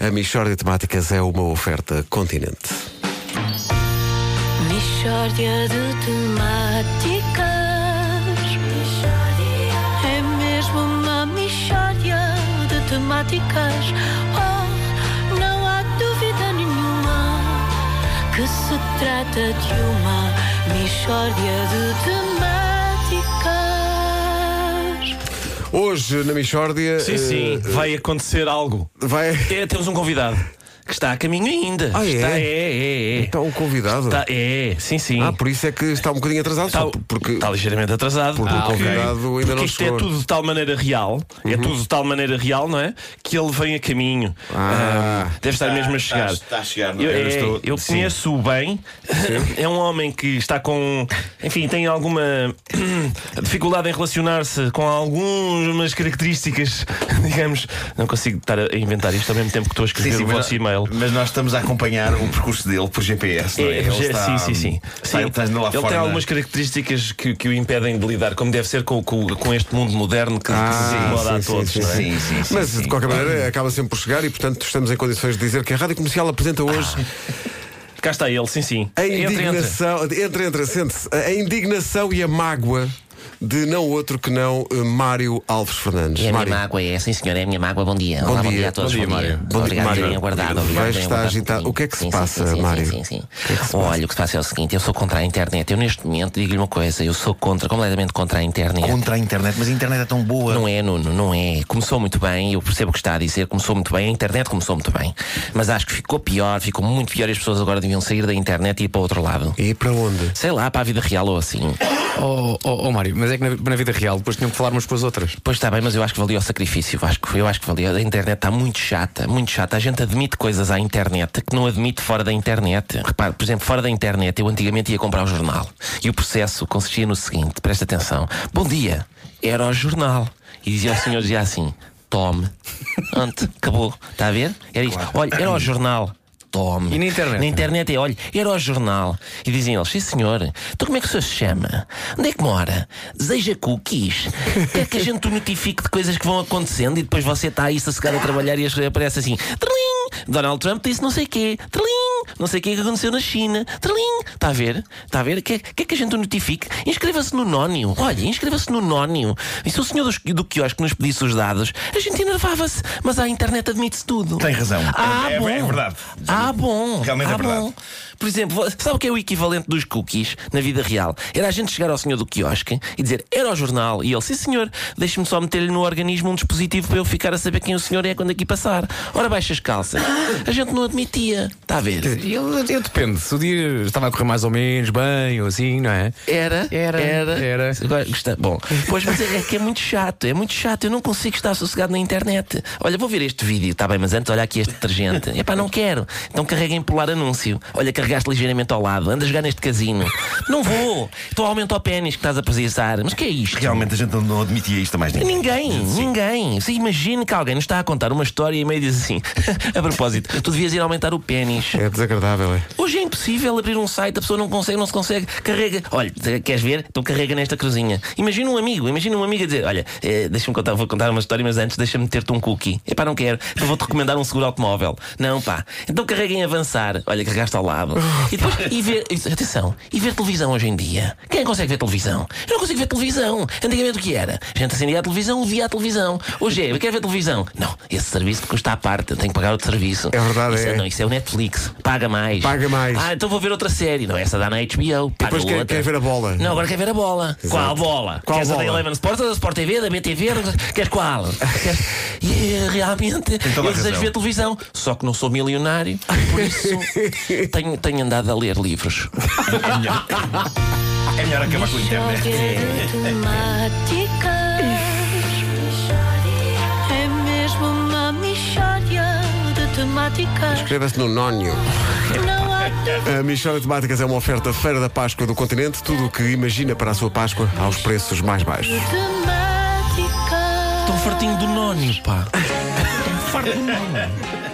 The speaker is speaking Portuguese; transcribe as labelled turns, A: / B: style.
A: A Michórdia de Temáticas é uma oferta continente.
B: Mishória de temáticas É mesmo uma mishória de temáticas Oh, não há dúvida nenhuma Que se trata de uma mishória de temáticas
A: Hoje na Michórdia.
C: Sim,
A: eh,
C: sim, vai acontecer algo.
A: Vai.
C: É, temos um convidado que está a caminho ainda.
A: Ah, é?
C: Está, é, é, é.
A: Está um convidado.
C: Está- é, sim, sim. Tá,
A: Ah, por isso é que está um bocadinho atrasado.
C: Está,
A: só porque
C: está ligeiramente atrasado. Ah,
A: porque o
C: ok.
A: convidado ainda
C: Porque
A: não
C: isto
A: chegou. Uhum.
C: é tudo de tal maneira real, é tudo de tal maneira real, não é? Que ele vem a caminho.
A: Ah.
C: Ah, deve estar mesmo a chegar.
D: Está a chegar, não
C: Eu,
D: é?
C: é,
D: estou-
C: eu
D: sim.
C: conheço-o bem. É um homem que está com. Enfim, tem alguma dificuldade em relacionar-se com algumas características, digamos. Não consigo estar a inventar isto ao mesmo tempo que estou a escrever o
D: mas,
C: vosso e-mail.
D: mas nós estamos a acompanhar o percurso dele por GPS, não é?
C: É,
D: Ele
C: sim,
D: está-
C: sim, sim.
D: está-
C: Sim.
D: Ele, está lá
C: Ele
D: fora, é?
C: tem
D: na-
A: é?
C: algumas características que, que o impedem de lidar, como deve ser com, com, com este mundo moderno que, que se incomoda a
A: Ah, sim,
C: todos.
A: sim,
C: não é?
D: Sim, sim, sim.
A: Mas
D: sim.
A: de qualquer maneira acaba sempre por chegar e portanto estamos em condições de dizer que a Rádio Comercial apresenta hoje
C: Cá está ele, sim, sim.
A: a
C: Ah, Entre, entre.
A: indignação. Entra, entra, sente-se. A indignação e a mágoa de não outro que não eh, Mário Alves Fernandes.
E: É a minha
A: Mário.
E: mágoa, é sim senhor, é a minha mágoa. Bom dia.
A: Bom
E: Olá,
A: dia.
E: bom dia a todos.
A: Bom dia, Mário. Bom dia,
E: obrigado por
A: Mário.
E: terem aguardado.
A: Vais
E: Obrigado por terem
A: estar
E: aguardado
A: agitado.
E: comigo.
A: O que é que se
E: Sim, sim,
A: passa,
E: sim, sim,
A: Mário?
E: Sim, sim,
A: O que é que se
E: Olha, o que se passa é o seguinte: eu sou contra a internet. Eu neste momento digo-lhe uma coisa: eu sou contra, completamente contra a internet.
D: Contra a internet, mas a internet é tão boa.
E: Não é, Nuno, não é. Começou muito bem, eu percebo o que está a dizer, começou muito bem, a internet começou muito bem. Mas acho que ficou pior, ficou muito pior e as pessoas agora deviam sair da internet e ir para o outro lado.
A: E para onde?
E: Sei lá, para a vida real ou assim.
F: Oh, oh, oh, Mário, mas é que na, na vida real depois tinham que falar umas com as outras.
E: Pois está bem, mas eu acho que valia o sacrifício, Vasco. Eu acho que valia. A internet está muito chata, muito chata. A gente admite coisas à internet que não admite fora da internet. Repare, por exemplo, fora da internet, eu antigamente ia comprar o jornal. E o processo consistia no seguinte: presta atenção. Bom dia, era o jornal. E dizia o senhor, dizia assim: tome. Ante, acabou. Está a ver? Era isto. Olha, era o jornal. Tome.
F: E na internet?
E: Na internet é, olha, era o jornal. E diziam eles, sim senhor, então como é que o senhor se chama? Onde é que mora? Deseja cookies? Quer que a gente o notifique de coisas que vão acontecendo e depois você está aí sossegado a trabalhar e as coisas aparecem assim, Trim! Donald Trump disse não sei quê, Trim! Não sei o que é que aconteceu na China, Trim! Está a ver? Está a ver? Quer, quer que a gente o notifique? Inscreva-se no Nónio. Olha, inscreva-se no Nónio. E se o senhor dos, do quiosque nos pedisse os dados, a gente enervava-se, mas a internet admite-se tudo.
D: Tem razão.
E: Ah,
D: É- é-
E: bom.
D: é verdade.
E: Ah, bom.
D: Realmente é
E: Ah,
D: verdade.
E: bom. Por exemplo, vo- sabe o que é o equivalente dos cookies na vida real? Era a gente chegar ao senhor do quiosque e dizer era o jornal e ele, sim senhor, deixe-me só meter-lhe no organismo um dispositivo para eu ficar a saber quem o senhor é quando aqui passar. Ora, baixa as calças. A gente não admitia. Está a ver?
F: Eu, eu depende, se o dia estava a correr mais ou menos bem ou assim, não é?
E: Era,
F: Era,
E: era.
F: era.
E: Agora, gosta- Bom, pois, mas é, é que é muito chato, é muito chato. Eu não consigo estar sossegado na internet. Olha, vou ver este vídeo, está bem, mas antes olha aqui este detergente. Epá, não quero. Então carrega em pular anúncio. Olha, carregaste ligeiramente ao lado. Anda a jogar neste casino. Não vou. Estou a aumentar o pênis que estás a precisar. Mas que é isto?
D: Realmente a gente não admitia isto a mais ninguém.
E: Ninguém, ninguém. Você imagina que alguém nos está a contar uma história e meio diz assim: a propósito, tu devias ir aumentar o pênis.
A: É desagradável, é?
E: Hoje é impossível abrir um site, a pessoa não consegue, não se consegue. Carrega, olha, te- queres ver? Então carrega nesta cruzinha. Imagina um amigo, imagina um amigo a dizer: Olha, eh, deixa-me contar, vou contar uma história, mas antes deixa-me ter-te um cookie. Epá, não quero, então vou-te recomendar um seguro automóvel. Não, pá. Então carrega em avançar. Olha, carregaste ao lado.
A: Oh,
E: E depois, e ver, isso, atenção, e ver televisão hoje em dia. Quem consegue ver televisão? Eu não consigo ver televisão. Antigamente o que era? A gente acendia a televisão, via a televisão. Hoje é, eu quero ver televisão. Não, esse serviço custa à parte, tenho que pagar outro serviço.
A: É verdade,
E: Isso
A: é.
E: Não, isso é o Netflix. Paga mais.
A: Paga mais.
E: Ah, então vou ver outra série. Não, essa dá na HBO. Paga
A: depois quer-
E: outra.
A: quer ver a bola.
E: Não, agora quer ver a bola. Qual bola?
A: Qual
E: Queres a da
A: bola?
E: Eleven Sports, ou da Sport TV, da BTV? Queres qual? Queres... E, realmente,
D: toda a
E: eu desejo
D: razão.
E: ver televisão. Só que não sou milionário. Por isso, tenho, tenho andado a ler livros.
D: É melhor, é melhor acabar com a internet.
B: de temáticas É mesmo uma mishória de temáticas
A: Escreva-se no Nónio.
B: Não há dúvida
A: A Michórdia de Temáticas é uma oferta Feira da Páscoa do Continente. Tudo o que imagina para a sua Páscoa aos preços mais baixos.
B: temáticas
E: Estou fartinho do nono, pá. Estou farto do nono.